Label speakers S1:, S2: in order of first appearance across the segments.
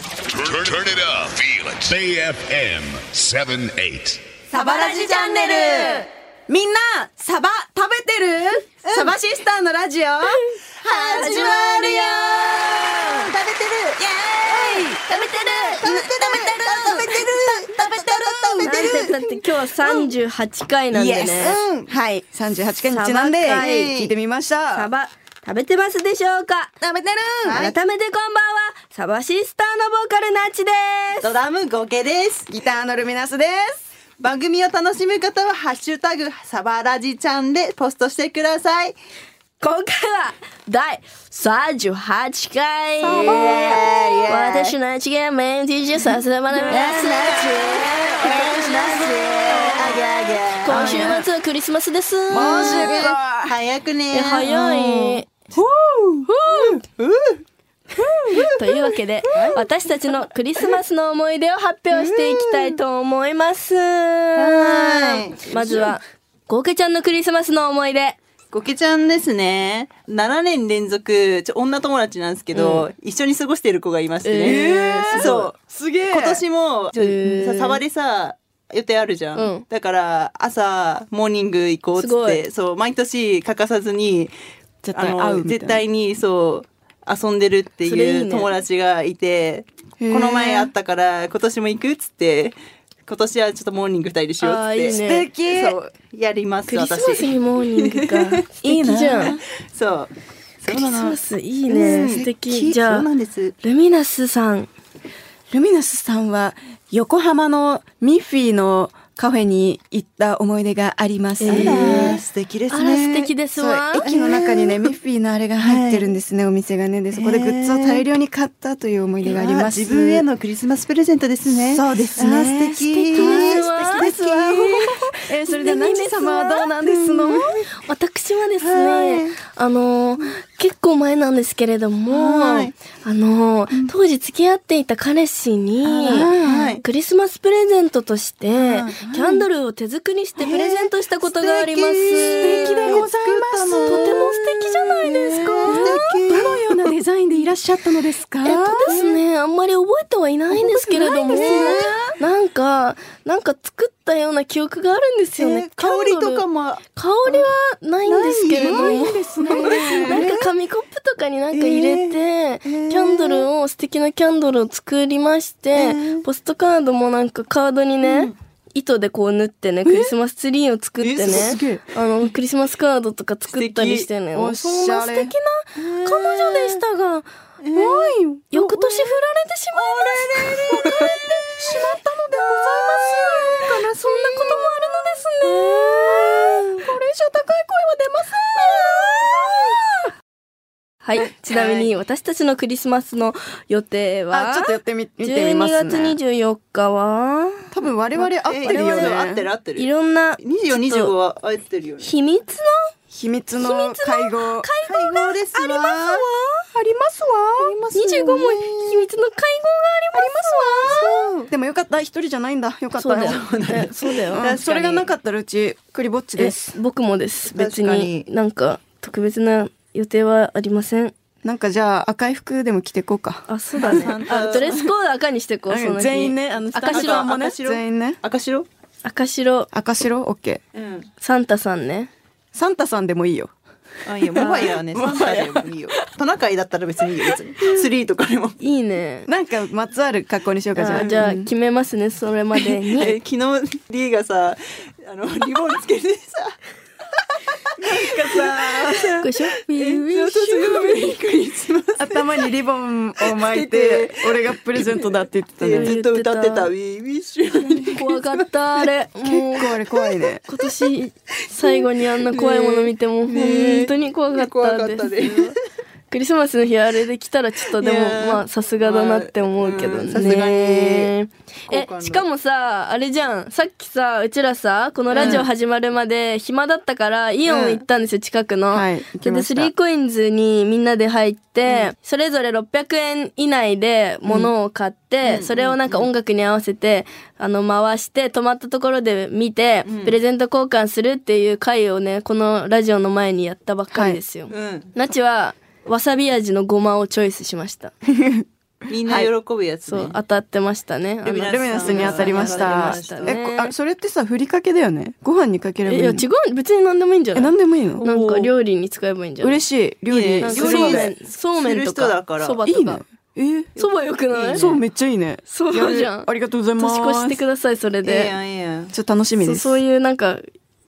S1: Turn, turn it up. Feel it. AFM 78.
S2: サバラジチャンネルみんな、サバ食べてる、サバシスターのラジオ、始まるよ
S3: 食べてる
S2: イェーイ
S3: 食べてる食べてる食べてる食べてる食べてる食べてる
S4: だって今日は三十八回なんでね。
S3: Yes
S2: うんはい、38回日なんで、
S4: サバ会
S2: 聞いてみました。
S4: サバ食べてますでしょうか。
S2: 食べてる、
S4: 改めてこんばんは。サバシスターのボーカルナッチです。
S3: ドラムゴケです
S2: ギターのルミナスです。
S3: 番組を楽しむ方はハッシュタグサバラジちゃんでポストしてください
S4: 今回は第三十八回。
S3: バイエーイ
S4: 私ナッチがメイン DJ さすがまなみです。今週末はクリスマスです。
S2: 今週か
S3: 早くね
S4: え早い。 というわけで私たちのクリスマスの思い出を発表していきたいと思います。
S3: はい
S4: まずはゴーケちゃんのクリスマスの思い出。
S3: ゴケちゃんですね7年連続ちょ女友達なんですけど、一緒に過ごしてる子がいましてね、
S2: えー
S3: そう
S2: すげえ
S3: 今年もちょ、
S4: へー
S3: さサバでさ予定あるじゃん、
S4: うん
S3: だから朝モーニング行こうっつ
S4: すご
S3: って
S4: い
S3: そう毎年欠かさずに
S2: 絶
S3: あ
S2: 対会うみ
S3: の
S2: たいな
S3: 絶対にそう遊んでるって
S4: それい
S3: い
S4: いうね
S3: 友達がいて
S2: へー
S3: この前会ったから今年も行くっつって今年はちょっとモーニング二人でしようっつ
S4: あ
S3: っ
S4: ー
S3: て
S4: いいね
S2: 素敵
S3: そうやります
S4: クリスマスに
S3: 私
S4: モーニングか。 素
S2: いいな
S4: 敵じゃん。
S3: そう
S4: クリスマスいい
S3: うん
S4: ね。素敵。じゃ
S3: そ
S4: あ
S3: うなんです
S4: ルミナスさん。
S2: ルミナスさんは横浜のミッフィーのカフェに行った思い出があります。
S4: えー
S3: あら素敵です
S4: あ
S3: ね
S4: ら素敵ですわ
S2: そう。駅の中にねミッフィーのあれが入ってるんですね、お店がねでそこでグッズを大量に買ったという思い出があります。
S3: いやー自分へのクリスマスプレゼントですね。
S2: そうですね
S3: あー素敵。
S4: ですわ
S3: 素敵ですわ。
S2: えーそれではナッチ様はどうなんですの？
S4: 私はです
S3: はい
S4: ね、あのー結構前なんですけれども、
S3: はい
S4: あのー当時付き合っていた彼氏に、
S3: はい
S4: クリスマスプレゼントとして、
S3: はい
S4: キャンドルを手作りしてプレゼントしたことがあります。
S3: へー素敵素敵でございます
S4: とても素敵じゃないですか。
S3: 敵
S2: どのようなデザインでいらっしゃったのですか？
S4: えっとですね、あんまり覚えてはいないんですけれども、なんか、なんか作ったような記憶があるんですよね。
S3: 香りとかも
S4: も。香りはないんですけれども。
S2: ないですね。
S4: なんか紙コップとかになんか入れて、
S3: ー
S4: キャンドルを素敵なキャンドルを作りまして、
S3: ー
S4: ポストカードもなんかカードにね、糸でこう縫ってねクリスマスツリーを作って
S3: え
S4: ね
S3: す
S2: げえ
S4: あのクリスマスカードとか作ったりして
S2: 素
S4: ね
S2: 敵
S4: もうそんな
S2: おしゃ
S4: 素
S2: れ
S4: 敵な彼女でしたが、
S3: えー
S4: 翌年振られてしまいました別れてしまったのでございますそんなこともあるのですねこれ以上高い声は出ませんはい、 ちなみに私たちのクリスマスの予定は
S2: あちょっとやってみ見てみ
S4: 12
S2: ます
S4: 月
S2: ね。
S4: 24日は
S2: 多分我々合ってるよ
S3: え
S2: ね。
S3: 合ってる合って
S4: い
S3: る。
S4: ろんな
S3: 二十四二
S4: ち
S3: 十
S4: ょっ
S3: 五
S4: と
S3: は合ってるよね。
S4: 秘密の
S2: 秘密の会合。
S3: 会合ですわ。ありますわ。
S2: ありますわ。ありま
S4: 25も秘密の会合がありますわ
S2: でもよかった一人じゃないんだよかった
S4: そうだよ
S2: うん
S4: えそうだよ
S3: かに
S2: それがなかったらうちクリぼっち
S4: え
S2: です
S4: 僕もです別
S3: 確か
S4: に
S3: に
S4: なんか特別な予定はありません
S2: なんかじゃあ赤い服でも着てこうか
S4: あそうだね
S3: サンタ
S4: あドレスコード赤にしてこうその日
S2: 全員ねあのスタッ
S4: 赤
S2: フ
S4: 白
S2: さんもね
S3: 赤白
S2: 全員ね
S3: 赤白？
S4: 赤白
S2: 赤白オッケー
S3: うん。
S4: サンタさんね
S2: サンタさんでもいいよ
S3: あいやモバイルはねサンタでもいいよ。トナカイだったら別にいいよ別に。スリーとかでも。
S4: いいね
S2: なんかまつわる格好にしようかじゃあ
S4: あじゃあ
S2: うん
S4: 決めますねそれまで
S3: え
S4: に
S3: 昨日リーがさあのリボンつけてさ。なんかさ。
S4: こいしょ We
S3: え
S4: wish
S3: そうそうそうメリークリスマス。
S2: 頭にリボンを巻いて俺がプレゼントだって言ってた
S3: で
S2: ね
S3: ずっと歌ってた「We wish you」
S4: you 怖かったあれもう
S2: 結構あれ怖いね
S4: 今年最後にあんな怖いもの見ても
S3: ねえ
S4: 本当に怖かったです、
S3: ね
S4: クリスマスの日あれで来たらちょっとでも
S3: いやー
S4: まあさすがだなって思うけど
S3: うん
S4: ね
S3: さすがに
S4: え
S3: 好感度
S4: しかもさあれじゃんさっきさうちらさこのラジオ始まるまで暇だったからイオン行ったんですよ近くの、
S2: はい行き
S4: で
S2: ま
S4: で
S2: し
S4: ス
S2: た
S4: リーコインズにみんなで入って、それぞれ600円以内で物を買って、それをなんか音楽に合わせて、あの回して止まったところで見て、プレゼント交換するっていう回をねこのラジオの前にやったばっかりですよ、
S3: うん
S4: ナチはわさび味のごまをチョイスしました
S3: みんな喜ぶやつ
S4: そ
S3: ね。
S4: う当たってましたねあの
S3: ル
S5: ルミナスに当たりまし
S3: 当た
S5: た
S3: りました
S4: ね
S5: えこあそれってさふりかけだよねご飯にかければ
S4: え
S5: い
S4: い
S5: い
S4: や
S5: の
S4: 違う別に何でもいいんじゃ
S5: え
S4: ない
S5: 何でもいいの
S4: なんか料理に使えばいいんじゃない
S5: 嬉しい料
S3: いい
S5: 理
S3: ね
S4: なんか
S5: そ
S3: 料
S5: う
S3: 理
S4: そうめ
S5: めん
S4: んそうめんと
S3: する人だか
S4: からそば
S5: い
S4: と
S5: いね
S4: か
S5: え
S4: そばよくない
S5: そうめっちゃいいね
S4: そうじゃん
S5: いやありがとうございます
S4: 年越してくださいそれ
S3: ええ
S4: で
S3: やんええやん。
S5: ちょっと楽しみ
S4: そ
S5: で
S4: う
S5: す
S4: そういうなんか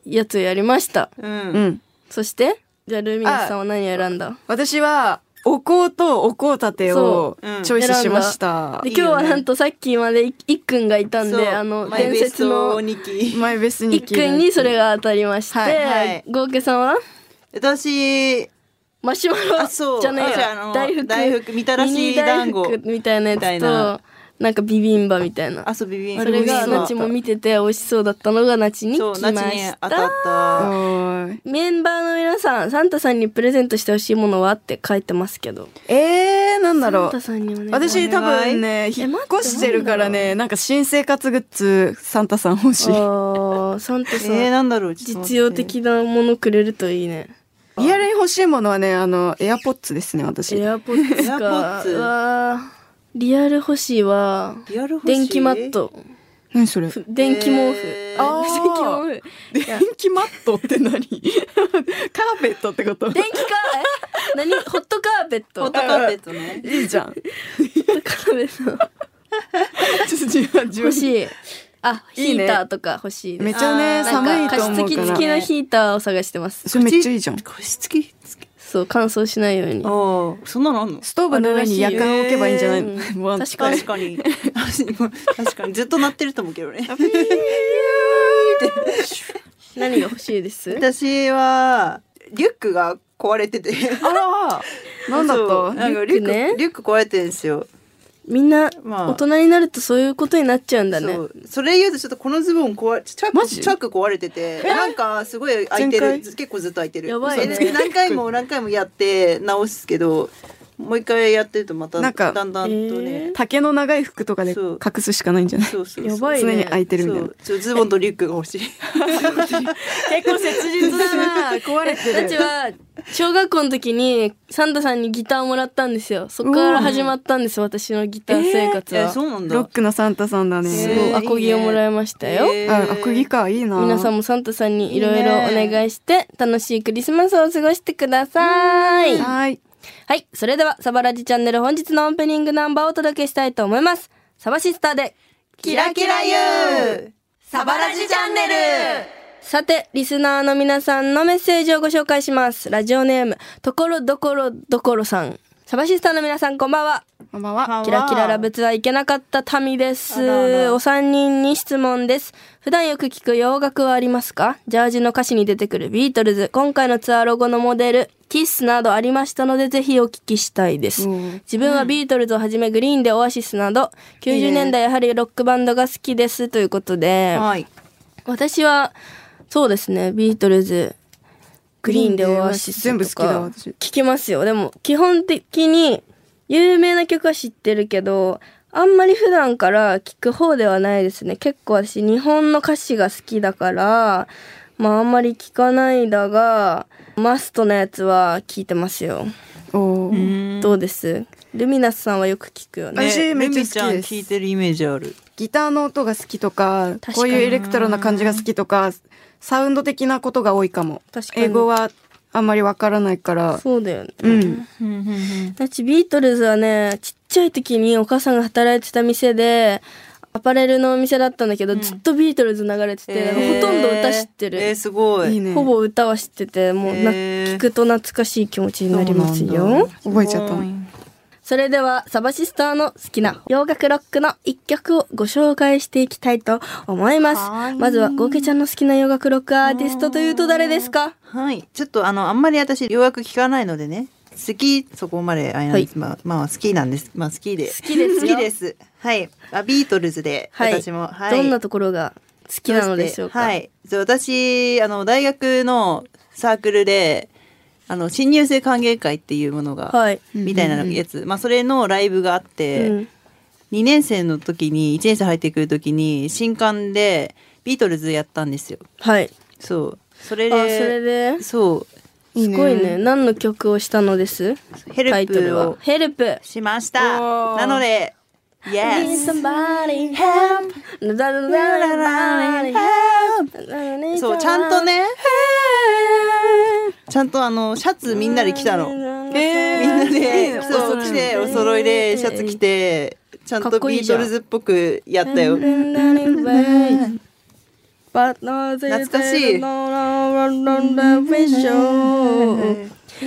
S4: やつをやりました
S3: うん
S5: う。ん
S4: そしてじゃあルミナスさんは何を選んだ
S5: 私はお香とお香立てを
S3: そううん
S5: チョイスしました
S4: で今日はなんとさっきまでいいっくんがいたん
S3: そう
S4: であの
S3: マイ
S4: 伝
S3: ベス
S4: 説
S3: ト
S4: の
S3: おにき。
S5: マイベス
S4: い
S5: に
S4: っくんにそれが当たりまして、
S3: はいはい
S4: 合計さんは
S3: 私、
S4: マシュマ
S3: あそ
S4: ロ
S3: う
S4: じゃねえ
S3: あ
S4: や
S3: の
S4: 大福
S3: 大福みたらし
S4: ミニ大福
S3: 団子
S4: みたいなや
S3: みた
S4: つ
S3: い
S4: と
S3: な
S4: なんかビビンバみたいな
S3: 遊び便
S4: それが
S5: 美味しそう
S4: ナチも見てて美味しそうだったのがナチに来
S3: そ
S4: ま
S3: う、
S4: し
S3: ナチに当たった
S5: お
S3: た。
S5: ーい
S4: メンバーの皆さんサンタさんにプレゼントしてほしいものはって書いてますけど
S5: えー、なんだ
S4: サ
S5: ろ
S4: ンタ
S5: う
S4: さんにお願い
S5: 私多分ね
S4: え
S5: 引っ越してるからねなんか新生活グッズサンタさん欲しい
S4: あーサン タ
S3: え
S4: さん、
S3: ー、なんだろう。ちょっと待って
S4: 実用。的なものくれるといいね
S5: リアルに欲しいものはねあのエアポッツですね私
S4: エアポッツか
S3: エアポッツ
S4: うわーリアル欲しいは
S3: リアル欲しい
S4: 電気マット
S5: 何それ
S4: 電気毛布、
S3: えー
S5: あー
S4: 電気毛布
S5: 電気マットって何 カーペットってこと
S4: 電気かえ何ホットカーペット
S3: ホットカーペットね。
S5: いいじゃんちょ
S4: ホットカーペット
S5: っと自分自分
S4: 欲しいあ
S5: い
S4: ヒ
S5: いね
S4: ーターとか欲しいです
S5: めっちゃね
S3: あー
S5: 寒いと
S4: 加
S5: 思
S4: 湿器
S5: うか
S4: 付き
S5: ら
S4: のヒーターを探してます
S5: それめっちゃいいじゃん
S3: 加湿器つけ
S4: そう乾燥しないように
S3: ああ、そんなのあんの
S5: ストーブの上に夜間置けばいいんじゃないの、
S4: あるら しいよ
S5: もうあんた
S3: 確
S4: 確
S3: かに。 確かに。ずっと鳴ってると思うけどね。
S4: 何が欲しいです
S3: 私は、リュックが壊れてて。
S5: あら なんだ
S3: そう
S5: っ
S3: なんかリュック
S4: リュックね
S3: リュック壊れてるんですよ。
S4: みんな
S3: まあ
S4: 大人になるとそういうことになっちゃうんだね
S3: そうそれ言うとちょっとこのズボン壊れチャッ
S5: マ
S3: ク
S5: ジ
S3: チャック壊れててなんかすごい開いてる
S5: 全開
S3: 結構ずっと開いてる
S4: やばいね
S3: そうで何回も何回もやって直すけどもう一回やってるとまた
S5: なんか
S3: だんだんと
S4: え
S3: ね
S5: た、竹の長い服とかで
S3: そう
S5: 隠すしかないんじゃない
S3: そうそうそう
S4: やばい
S5: 常
S4: ね
S5: に開いてるみたいな
S3: そうちょズボンとリュックが欲 しい
S5: 結構切実だな壊れ
S4: 私
S5: て
S4: は小学校の時にサンタさんにギターをもらったんですよそこから始まったんです私のギター生活は、
S3: えそうなんだ
S5: ロックのサンタさんだね
S3: す
S4: す
S3: ご
S4: ごい
S3: えー
S4: アコギをもらいましたよ、
S3: え
S5: あ、アコギかいいな
S4: 皆さんもサンタさんにいろいろお願いして楽しいクリスマスを過ごしてください
S5: はい
S4: はいそれではサバラジチャンネル本日のオープニングナンバーをお届けしたいと思いますサバシスターで
S2: キラキラ U サバラジチャンネル
S4: さて、リスナーの皆さんのメッセージをご紹介します。ラジオネーム、ところどころどころさん。サバシスターの皆さん、こんばんは。
S5: こんばんは
S4: キラキララブツはいけなかった民です。お三人に質問です。普段よく聞く洋楽はありますかジャージの歌詞に出てくるビートルズ、今回のツアーロゴのモデル、キッスなどありましたので、ぜひお聞きしたいです。自分はビートルズをはじめグリーンでオアシスなど、90年代やはりロックバンドが好きですということで、
S3: はい
S4: 私は、そうですね、ビートルズ、グリーンでオアシスとか。
S5: 全部好きだ私
S4: 聞きますよ。でも、基本的に、有名な曲は知ってるけど、あんまり普段から聞く方ではないですね。結構私、日本の歌詞が好きだから、まああんまり聞かないだが、マストなやつは聞いてますよ。
S5: おー
S4: どうですルミナスさんはよく聞くよね。
S5: 私めっ
S3: ル
S5: ちゃ好きで
S3: ミ
S5: す
S3: ちゃん聞いてるイメージある
S5: ギターの音が好きとか
S4: かに
S5: こういうエレクトロな感じが好きとかサウンド的なことが多いかも
S4: 確かに
S5: 英語はあんまりわからないから
S4: そうだよね。
S5: うん
S4: だちビートルズはねちっちゃい時にお母さんが働いてた店でアパレルのお店だったんだけど、ずっとビートルズ流れてて、ほとんど歌知ってる、
S3: えーすごい
S5: いいね
S4: ほぼ歌は知っててもうな、
S3: へー
S4: 聞くと懐かしい気持ちになりますよ
S5: 覚えちゃった
S4: それではサバシスターの好きな洋楽ロックの一曲をご紹介していきたいと思いますまずはゴケちゃんの好きな洋楽ロックアーティストというと誰ですか
S3: はいちょっとあのあんまり私ようやく聞かないのでね好きそこまであれなんです、まあまあ好きなんですまあ好きで好
S4: きですよ
S3: 好きですはいあビートルズで、
S4: はい
S3: 私もはい
S4: どんなところが好きなのでしょうか
S3: はい。そう私、あの、大学のサークルで、あの、新入生歓迎会っていうものが、
S4: はい
S3: みたいなやつ、まあ、それのライブがあって、
S4: うん
S3: 2年生の時に、1年生入ってくる時に、新刊でビートルズやったんですよ。
S4: はい
S3: そう。そ
S4: あ
S3: れ
S4: そ
S3: で、
S4: れで
S3: そう。
S4: すごいね。何の曲をしたのです
S3: ヘルプを
S4: タイトルは。ヘルプ。
S3: しました
S5: おー
S3: なので Yes
S4: somebody help.
S3: そうちゃんと。ねちゃんとあのシャツみんなで着たの
S5: えー
S3: みんなで
S5: そう
S3: そう着てお揃いでシャツ着てちゃん
S4: かっ
S3: と
S4: こい
S3: ビ
S4: い
S3: ー
S4: じゃ
S3: ト
S4: ん
S3: ルズっぽくやったよ
S4: 懐
S3: かしい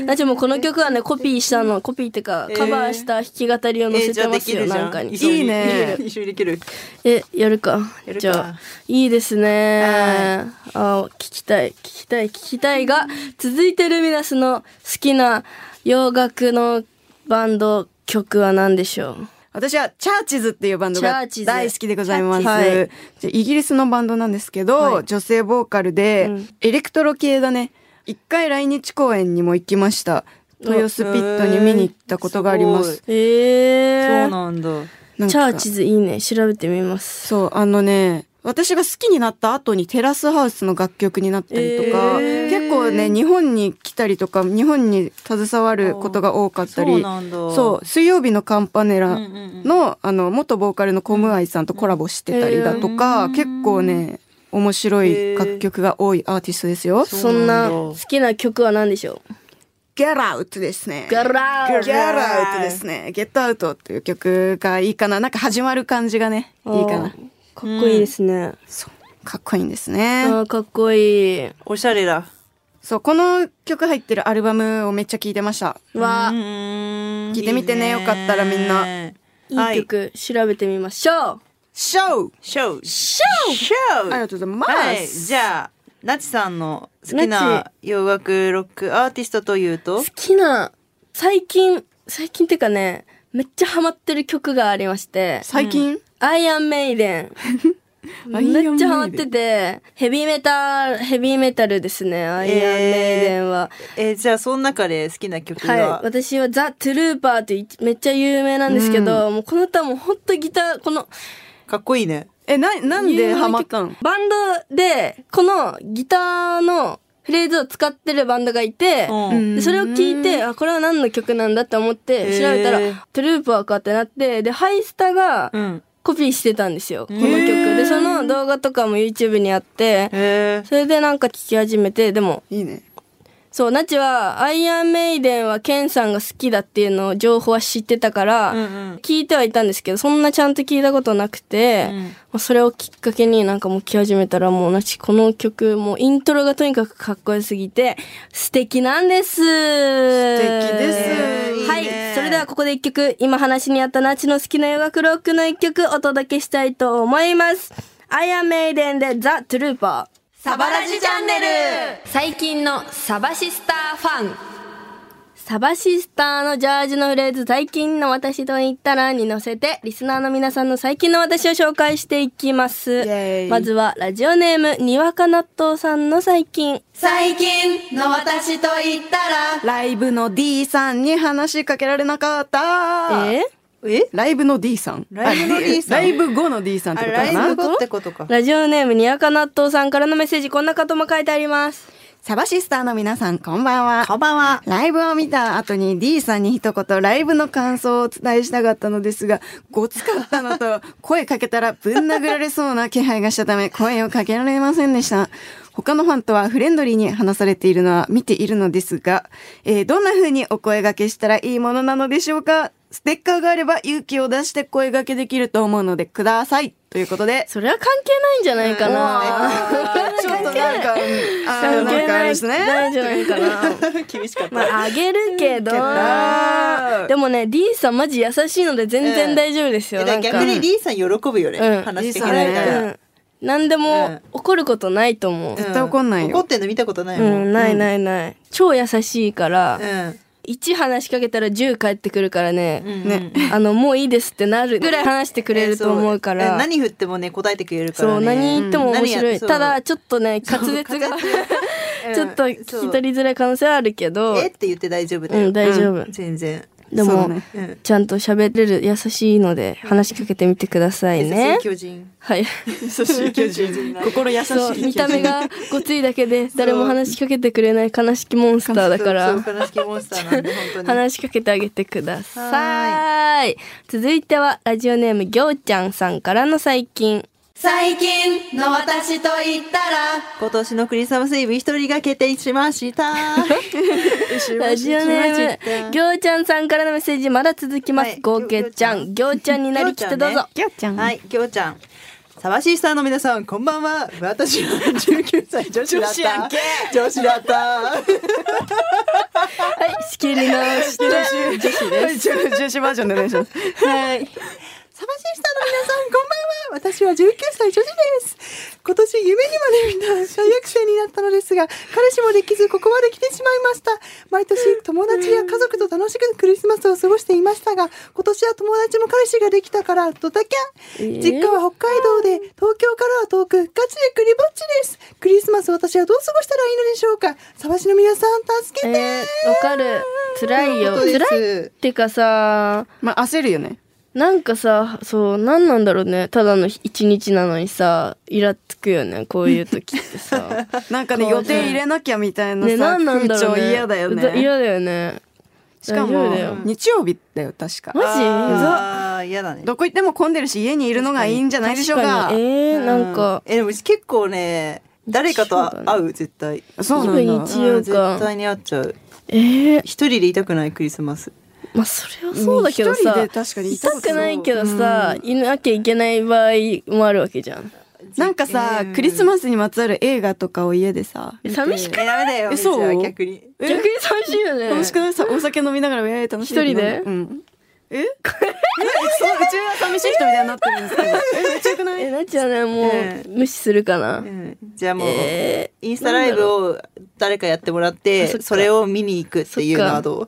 S4: なちもうこの曲はねコピーしたのコピーってかカバーした弾き語りを載せてますよ、なんかに
S3: 一緒に
S5: いいね
S3: 一緒にできる
S4: えやるか
S3: やるか
S4: じゃあいいですねあ聞きたい聞きたい聞きたいが続いてルミナスの好きな洋楽のバンド曲は何でしょう
S5: 私はチャーチズっていうバンドが
S4: チャーチズ
S5: 大好きでございます。
S4: チャーチズはい
S5: じゃあイギリスのバンドなんですけど、
S4: はい
S5: 女性ボーカルで、
S4: うん
S5: エレクトロ系だね。一回来日公演にも行きました。豊洲ピットに見に行ったことがあります。
S4: え
S3: そう
S4: ー、
S3: なんだ
S5: なんか
S4: チャーチズいいね調べてみます
S5: そう、あのね、私が好きになった後にテラスハウスの楽曲になったりとか、
S4: えー
S5: 結構ね、日本に来たりとか、日本に携わることが多かった
S3: そう
S5: り、
S3: なんだ
S5: そう、水曜日のカンパネラ
S3: うんうんうん
S5: の、あの、元ボーカルのコムアイさんとコラボしてたりだとか、
S3: うん
S5: 結構ね、面白
S3: へ
S5: い
S3: ー
S5: 楽曲が多いアーティストですよ。
S4: そんな好きな曲は何でしょう
S5: Get Out ですね。
S4: ガラー
S5: Get Out ですね。Get Out っていう曲がいいかな。なんか始まる感じがね、いいか
S4: あー
S5: な。
S4: かっこいいですね、
S5: かっこいいんですね。
S4: あーかっこいい
S3: おしゃれだ
S5: そう、この曲入ってるアルバムをめっちゃ聴いてました。
S4: わ
S3: 聞
S5: 聞いてみてねよかったらみんない
S4: いい曲調べてみましょう
S5: ショー
S3: ショーショー
S5: ありがとうございます。
S3: はいじゃあなちさんの好き
S4: な
S3: な洋楽ロックアーティストというと
S4: 好きな最近最近っていうかねめっちゃハマってる曲がありまして
S5: 最近、
S4: アイアンメイデン
S5: アイアンメイデン
S4: めっちゃハマっててヘビーメタルヘビーメタルですねアイアンメイデンは、
S3: えーじゃあその中で好きな曲
S4: はい
S3: は、
S4: 私はザ・トゥルーパーっていめっちゃ有名なんですけど、もうこの歌もほんとギターこの
S3: かっこいいね
S5: え、な、なんでハマったの
S4: バンドでこのギターのフレーズを使ってるバンドがいて、
S3: うん
S4: でそれを聞いてあこれは何の曲なんだって思って
S3: へー
S4: 調べたら、トゥルーパーかってなってでハイスタが
S3: ん
S4: コピーしてたんですよ、この曲でその動画とかも YouTube にあって
S3: へえ
S4: それでなんか聴き始めてでも
S5: いいね。
S4: そうナチはアイアンメイデンはケンさんが好きだっていうのを情報は知ってたから、聞いてはいたんですけどそんなちゃんと聞いたことなくて、
S3: うん
S4: まあそれをきっかけになんかもう聴き始めたらもうナチこの曲もうイントロがとにかくかっこよすぎて素敵なんです素
S5: 敵です
S3: いいね
S4: はいそれではここで一曲今話にあったナチの好きな洋楽ロックの一曲お届けしたいと思いますアイアンメイデンでザ・トゥルーパー
S2: サバラジチャンネル
S6: 最近のサバシスターファン
S4: サバシスターのジャージのフレーズ最近の私と言ったらに乗せてリスナーの皆さんの最近の私を紹介していきます
S5: イエーイ
S4: まずはラジオネームにわか納豆さんの最近
S2: 最近の私と言ったら
S5: ライブの D さんに話しかけられなかった。
S4: え
S3: え
S5: ライブの D さん。
S3: ライブの D さん
S5: あライブ後の D さんっ
S3: あ
S5: てことか
S3: ラ
S5: な。
S3: イブ後ってことか
S4: ラジオネームにわか納豆さんからのメッセージこんなことも書いてあります
S5: サバシスターの皆さん、こんばんは。
S3: こんばん は
S5: ライブを見た後に D さんに一言ライブの感想をお伝えしたかったのですが、ごつかったの と声かけたらぶん殴られそうな気配がしたため声をかけられませんでした。他のファンとはフレンドリーに話されているのは見ているのですが、えーどんな風にお声掛けしたらいいものなのでしょうかステッカーがあれば勇気を出して声掛けできると思うのでください。ということで。
S4: それは関係ないんじゃないかな
S5: ちょっとなんか、あ
S4: 関
S5: ーな
S4: 係
S5: んかあ
S4: な
S5: れ
S4: い
S5: で
S4: んじ
S5: す
S4: ゃ
S5: ね。
S4: ないかな
S3: 厳しかった、
S4: まあ、あげるけど
S5: けど
S4: でもね D さんマジ優しいので全然大丈夫です よ、
S3: えだから
S4: なんか
S3: 逆に D さん喜ぶよね、
S4: うん
S3: 話してくれたら、
S4: うん、何で
S3: う
S4: も
S3: ん
S4: 怒ることないと思う。
S5: 絶対怒んないよ
S3: 怒ってんの見たことないうも
S4: ん、
S3: ん、
S4: ないないない。超優しいから、
S3: うん
S4: 1話しかけたら10返ってくるからね、
S5: ね。
S4: あの、もういいですってなるぐらい話してくれると思うか
S3: えそう
S4: ら。
S3: え何振ってもね答えてくれるから、ね、
S4: そう、何言っても面
S3: 何
S4: 白
S3: や
S4: い。
S3: そう
S4: ただ、ちょっとね、滑舌が、 ちょっと聞き取りづらい可能性はあるけど、
S3: えって言って大丈夫だ
S4: う
S3: よ、
S4: ん、大丈夫。
S3: 全然
S4: で
S5: そうだ
S4: も、
S5: ね
S3: うん
S4: ちゃんと喋れる優しいので話しかけてみてくださいね。
S3: 巨 人。
S4: はい。
S3: 優しい巨人。心優しい
S4: そう
S3: 巨人。
S4: 見た目がごついだけで誰も話しかけてくれない悲しきモンスターだから
S3: そう。そう悲しきモンスターなんで本当に。
S4: 話しかけてあげてください続いてはラジオネームぎょうちゃんさんからの最近
S2: 最近の私と言ったら、
S3: 今年のクリスマスイブ一人が決定しま した。
S4: ラジオネ
S3: しまし
S4: ー
S3: た
S4: ムぎょうちゃんさんからのメッセージまだ続きま
S3: は
S4: す
S3: い
S4: ごうけちゃんぎょうちゃんになりきってどうぞ
S5: ぎょうちゃん、
S3: はい、きょうちゃん。サバシスターの皆さん、こんばんは。私は19歳女子だった。女子やんけ。女子だった。
S4: はい仕切り直 して
S5: 女子女子バージョンでお願いします。
S3: はい。サバシスターの皆さん、こんばんは。私は19歳女子です。今年夢にまで見た大学生になったのですが、彼氏もできず、ここまで来てしまいました。毎年、友達や家族と楽しくクリスマスを過ごしていましたが、今年は友達も彼氏ができたから、ドタキャン。実家は北海道で、東京からは遠く、ガチでクリぼっちです。クリスマス私はどう過ごしたらいいのでしょうか。サバシの皆さん、助けて。
S4: えーわかる辛いよ
S3: ということ
S4: 辛
S3: で
S4: い
S3: す
S4: ってかさ
S5: まあ焦るよね。
S4: なんかさそう何なんだろうねただの一日なのにさイラつくよねこういう時って さ
S5: なんかね
S4: そう
S5: 予定入れなきゃみたいな
S4: ね
S5: さ、
S4: 何なんだ
S5: 風
S4: ろう
S5: 潮
S4: ね
S5: 嫌だよ
S4: うざ
S5: ね。
S4: 嫌だよね
S5: しか
S4: 大丈
S5: も
S4: 夫だよ
S5: 日曜日だよ確か。
S4: マジう
S3: ああ、嫌だね。
S5: どこ行っても混んでるし家にいるのがいいんじゃ
S4: ざ
S5: ないでしょうか。
S4: 確にえー、なんか
S3: えでもうち結構ね誰かと
S4: そう
S3: 会う絶対
S5: そうな
S4: 気分
S5: んだ
S4: 一。応
S3: う
S4: か
S3: ん絶対に会っちゃう
S4: えー、
S3: 一人でいたくないクリスマス
S4: まあそれはそうだけど
S5: 一人
S4: さ
S5: で確かにいた
S4: 痛
S5: こと
S4: くないけどさ、いなきゃいけない場合もあるわけじゃん
S5: なんかさ、クリスマスにまつわる映画とかを家でさ、
S4: 寂しく
S3: えダメだよ
S5: えそう
S3: じゃあ逆に
S5: え
S4: 逆に寂しいよね
S5: 楽し くないさお酒飲みながらえー楽しい
S4: 一人で
S5: うんええそううちは寂しい人みたいになってるんですけどえめちゃ よくない
S4: えなっちゃうねもう、
S3: え
S4: 無視するかな、
S3: うんじゃあもう、
S4: えー
S3: インスタライブを誰かやってもらっ
S4: あ
S3: て
S4: そっか
S3: それを見に行くっていうの
S4: そ
S3: は
S4: っか
S3: どう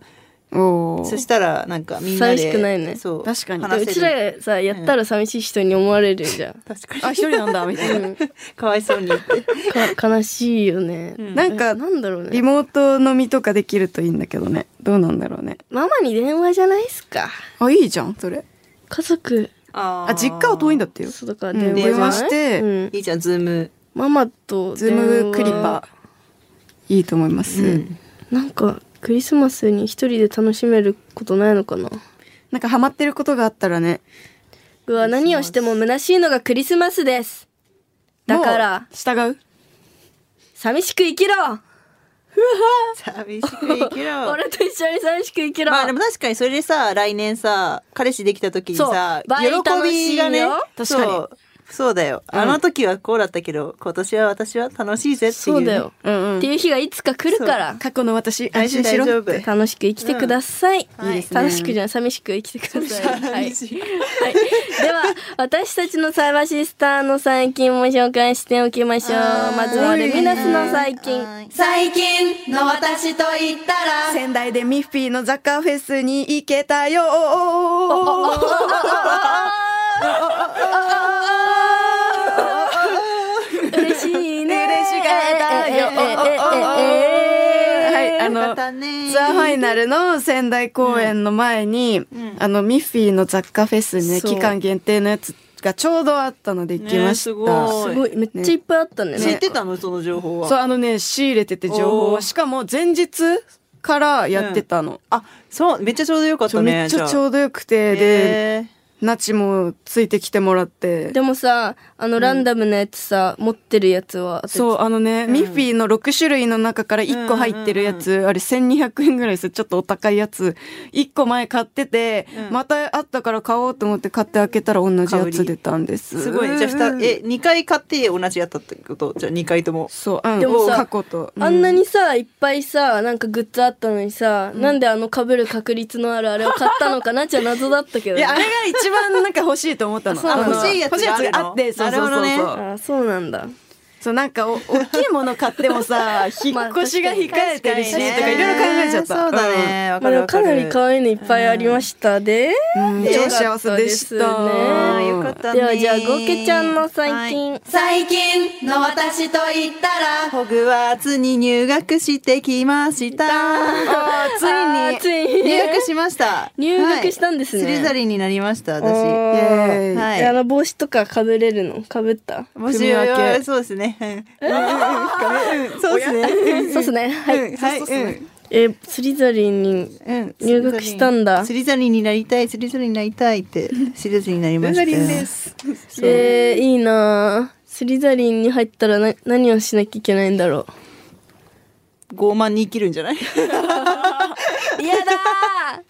S5: おお
S3: そしたらなんかみんなで
S4: 寂しくないね
S3: そう
S5: 確かに
S4: でう
S3: 話
S4: ち
S3: せる
S4: らがさやったら寂しい人に思われるじゃん、
S3: 確かに
S5: あ一人なんだみたいな
S3: かわいそうに言 って
S4: か悲しいよね、
S5: なんか
S4: なんだろ うね
S5: リモート飲みとかできるといいんだけどねどうなんだろうね
S4: ママに電話じゃないっすか
S5: あいいじゃんそれ
S4: 家族
S3: あ
S5: あ実家は遠いんだ
S3: っ
S5: ってよ
S4: そうだから
S5: うん
S4: 電話じゃない、
S5: 電話して
S4: うん
S3: いいじゃんズーム
S4: ママと
S5: ズームクリパーいいと思います、
S4: ーなんかクリスマスに一人で楽しめることないのかな
S5: なんかハマってることがあったらね
S4: うわ何をしても虚しいのがクリスマスですだから
S5: もう従う
S4: 寂しく生きろ
S3: 寂しく生きろ
S4: 俺と一緒に寂しく生きろ、
S3: まあでも確かにそれでさ来年さ彼氏できた時にさ
S4: そう倍楽
S3: 喜
S4: しい
S3: び
S4: よ
S3: がね
S5: 確
S3: そ
S5: かに
S3: うそうだよあの時はこうだったけど、今年は私は楽しいぜっていう
S4: そうだよ、
S5: うんうん
S4: っていう日がいつか来るから
S5: 過去の私
S3: 大
S5: 安
S3: 丈夫
S5: 心し
S3: 大丈
S5: ろ
S3: 夫
S4: 楽しく生きてください。
S3: うんはいいいです
S5: ね
S4: 楽しくじゃない寂しく生きてください。はい。はい
S3: 寂しい
S4: では私たちのサイバーシスターの最近も紹介しておきましょう。まずはルミナスの最近。
S2: 最近の私と言ったら、
S5: 仙台でミッフィーの雑貨フェスに行けたよ
S4: 嬉しいね。
S5: 嬉しかったよはいあの
S3: だね
S5: ツアーファイナルの仙台公演の前に、あのミッフィーの雑貨フェスにね
S4: そう
S5: 期間限定のやつがちょうどあったので行きました、
S3: ねすご
S4: すごいめっちゃいっぱいあったね。
S3: 知ってたのその情報は
S5: そうあのね仕入れてて情報
S3: お
S5: を
S3: ー
S5: しかも前日からやってたの、
S3: あそうめっちゃちょうどよかっ
S5: ちょ
S3: たね
S5: めっちゃち
S3: う
S5: ょうどよくて
S3: ど
S5: で、ナチもついてきてもらって
S4: でもさあのランダムなやつさ、持ってるやつは私
S5: そうあのね、ミッフィーの6種類の中から1個入ってるやつ、あれ1200円ぐらいですよちょっとお高いやつ1個前買ってて、またあったから買おうと思って買って開けたら同じやつ出たんです
S3: すごいねじゃあふたえ二回買って同じやったってことじゃあ二回とも
S5: そう、うん、
S4: でもさ
S5: 過去と、う
S4: あんなにさいっぱいさなんかグッズあったのにさ、なんであの被る確率のあるあれを買ったのかなっちゃ謎だったけど、
S5: い
S4: ね、
S5: やあれが一番なんか欲しいと思ったの
S4: そうなんだ
S5: あの
S4: 欲しい
S3: やつが
S5: 欲しいやつがあってそう
S3: あ
S5: そ
S3: るの
S5: うそう
S3: なるほど
S4: あそうな
S5: そう、
S4: んだ
S5: そうなんかお大きいもの買っても さ引っ越しが控えてるし、
S4: 確
S5: とかいろいろ考えちゃった
S3: そうだねわかるわ
S4: まあでもか
S3: る
S4: なり可愛いのいっぱいありましたで、
S5: うん、超幸せでした
S4: よかったですね
S3: あーよかっったね
S4: ではじゃあゴケちゃんの最近、
S2: 最近の私と言ったら、
S3: ホグワーツに入学してきました。
S5: ついに
S4: あーついに
S3: 入学しました。
S4: 入学したんですね
S3: はいスリザリンになりました、私。
S4: おー
S5: イエーイ
S3: はい
S4: えあの帽子とか被れるの被った
S3: も
S5: 組
S3: し
S5: み分け
S3: そうですね。うんうんうんそうですね。
S4: そうっすねはい、
S3: うんはい。うん
S4: えスリザリンに
S3: うん
S4: 入学したんだ
S3: スリザリンになりたい、スリザリンになりたいって、スリザリンになりました。
S5: す。
S4: えー、いいなあスリザリンに入ったらな何をしなきゃいけないんだろ
S3: 傲慢に生きるんじゃない
S4: うやだ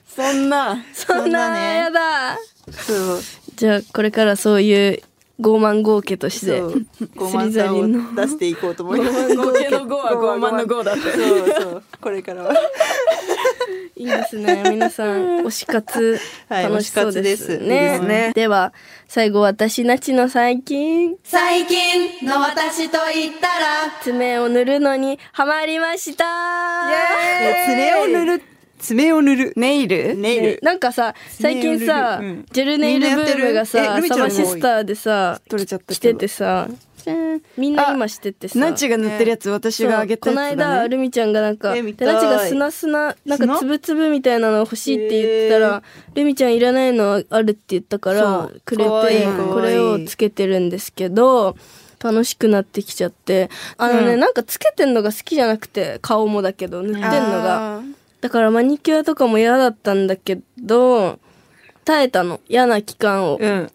S5: そんな。
S4: そ
S3: そ
S4: んな
S3: んなね
S4: やだ
S3: そう。
S4: じゃあこれからそういう傲慢豪家として
S3: そう。傲慢さ
S4: スリザリン
S3: を
S4: の
S3: 出していこうと思います。
S5: 5の5は傲慢の5だって。
S3: そうそう。これからは。
S4: いいですね皆さん推し活
S3: はい
S4: 楽しそうです
S3: 推し活ですいいで
S4: ね,、
S3: すね
S4: では最後私なちの最近
S2: 最近の私と言ったら、
S4: 爪を塗るのにハマりました
S3: え爪を塗る。爪を塗る。
S5: ネイル
S3: ネイル。
S4: なんかさ最近さ、
S3: ネイルうん
S4: ジェルネイルブー
S3: みんな
S4: ムが
S3: や
S4: さ
S3: ってるえルミちゃんも
S4: サマシスターでさ
S5: 取れちゃったけど
S4: 来ててさみんな今しててさ
S5: ナチが塗ってるやつ私があげた
S4: そうこの
S5: やつだ
S4: 間
S5: ね。
S4: ルミちゃんがなんか
S3: え
S4: で
S3: 見
S4: ナ
S3: た
S4: チ
S3: い
S4: が砂砂なんか
S3: 砂
S4: つぶつぶみたいなの欲しいって言ってたら、ルミちゃんいらないのあるって言ったから
S3: そう
S4: くれ
S3: かわいい
S4: て
S3: かわいい
S4: これをつけてるんですけど楽しくなってきちゃってあのね、なんかつけてんのが好きじゃなくて顔もだけど塗ってんのが。
S5: あー
S4: だからマニキュアとかも嫌だったんだけど耐えたの嫌な期間を、
S3: うん。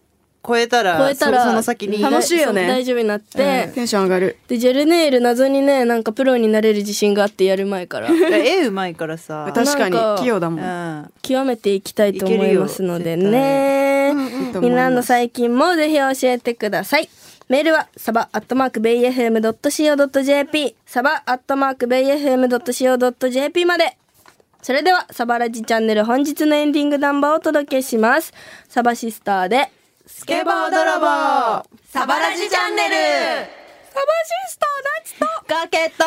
S3: 超えたら、
S4: 超えたら
S3: そその先に。
S5: 楽しいよね
S4: そう大丈夫になって、
S5: テンション上がる。
S4: でジェルネイル謎にねなんかプロになれる自信があってやる前か ら
S3: 絵うまいからさ。
S5: 確かに
S4: なんか
S5: 器用だ
S3: う
S5: もん。
S3: ん。
S4: 極めていきたいと思いますのでね
S5: うんうん
S4: みんなの最近もぜひ教えてくださいメールはサバアットマークベイ FM.co.jp サバアットマークベイ FM.co.jp までそれではサバラジチャンネル本日のエンディングナンバーをお届けしますサバシスターでスケボー泥棒サ
S2: サバラジチャンネル
S4: バシスターナチと
S3: かけた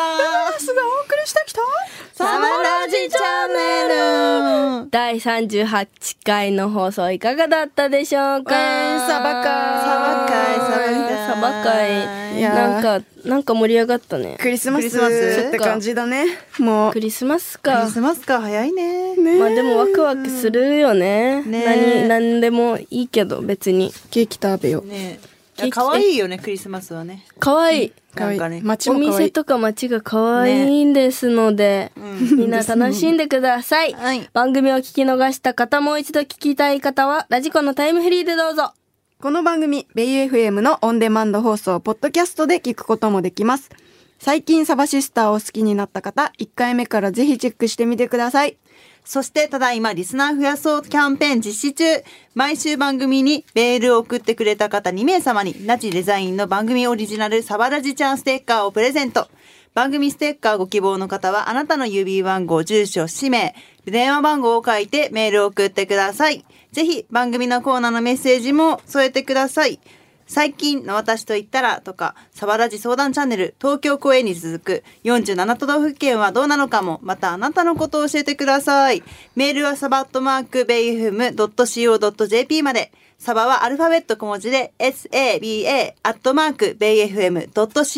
S3: すごいお送りしてきた サマラジチャンネル
S4: 第38回の放送いかがだったでしょうか
S5: サバ
S3: サバ会サバ会
S4: サバ会
S5: いやー
S4: なんかなんか盛り上がったね
S5: クリスマ
S3: ク
S5: ス
S3: リスマス
S5: って感じだね。もう
S4: ク。リスマス
S3: ク
S4: か
S3: リスマスか早いね
S4: まあでもワクワクするよね
S3: ね
S4: 何何でもいいけど別に
S5: ケーキ食べよう。
S3: ね
S4: ケーキ
S3: 可愛いよねクリスマスはね
S4: 可愛い
S5: かわいい
S3: なんかね
S5: 街
S4: お
S5: も可愛
S4: 店
S5: い。
S4: とか街が可愛いんですので、みんな楽しんでください、
S3: はい
S4: 番組を聞き逃した方もう一度聞きたい方はラジコのタイムフリーでどうぞ
S5: この番組、ベイ FM のオンデマンド放送、ポッドキャストで聞くこともできます。最近サバシスターを好きになった方、1回目からぜひチェックしてみてください。
S3: そしてただいまリスナー増やそうキャンペーン実施中毎週番組にメールを送ってくれた方2名様にナチデザインの番組オリジナルサバラジちゃんステッカーをプレゼント番組ステッカーご希望の方はあなたの郵便番号住所氏名電話番号を書いてメールを送ってくださいぜひ番組のコーナーのメッセージも添えてください最近の私と言ったらとか、サバラジ相談チャンネル、東京公演に続く47都道府県はどうなのかも、またあなたのことを教えてください。メールはサバットマークベイフム .co.jp まで、サバはアルファベット小文字で saba アットマークベイ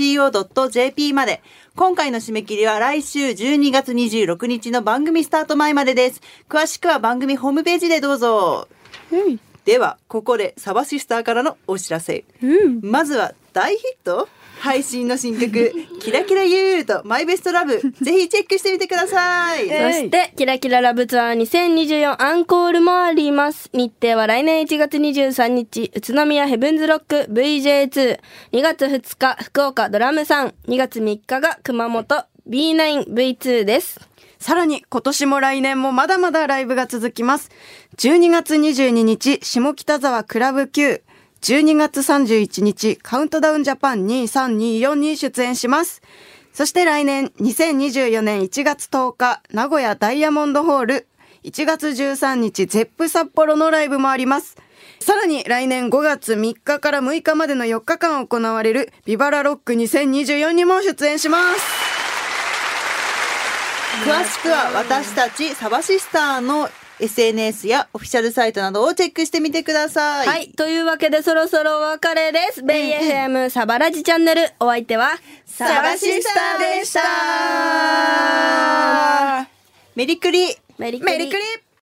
S3: FM.co.jp まで。今回の締め切りは来週12月26日の番組スタート前までです。詳しくは番組ホームページでどうぞ。ではここでサバシスターからのお知らせ、まずは大ヒット配信の新 曲「キラキラゆーとマイベストラブ」ぜひチェックしてみてください、
S4: そして、キラキララブツアー2024アンコールもあります。日程は来年1月23日、宇都宮ヘブンズロック VJ2。2月2日、福岡ドラムさん。2月3日が熊本 B9V2 です。
S5: さらに今年も来年もまだまだライブが続きます。12月22日、下北沢クラブ Q。12月31日、カウントダウンジャパン2324に出演します。そして来年、2024年1月10日、名古屋ダイヤモンドホール。1月13日、ゼップ札幌のライブもあります。さらに来年5月3日から6日までの4日間行われるビバラロック2024にも出演します。
S3: 詳しくは私たちサバシスターの SNS やオフィシャルサイトなどをチェックしてみてください。
S4: はい。というわけでそろそろお別れです。ベイ FM サバラジチャンネル。お相手は、
S3: サバシスターでしたメリクリ
S4: メリクリ
S3: メリクリ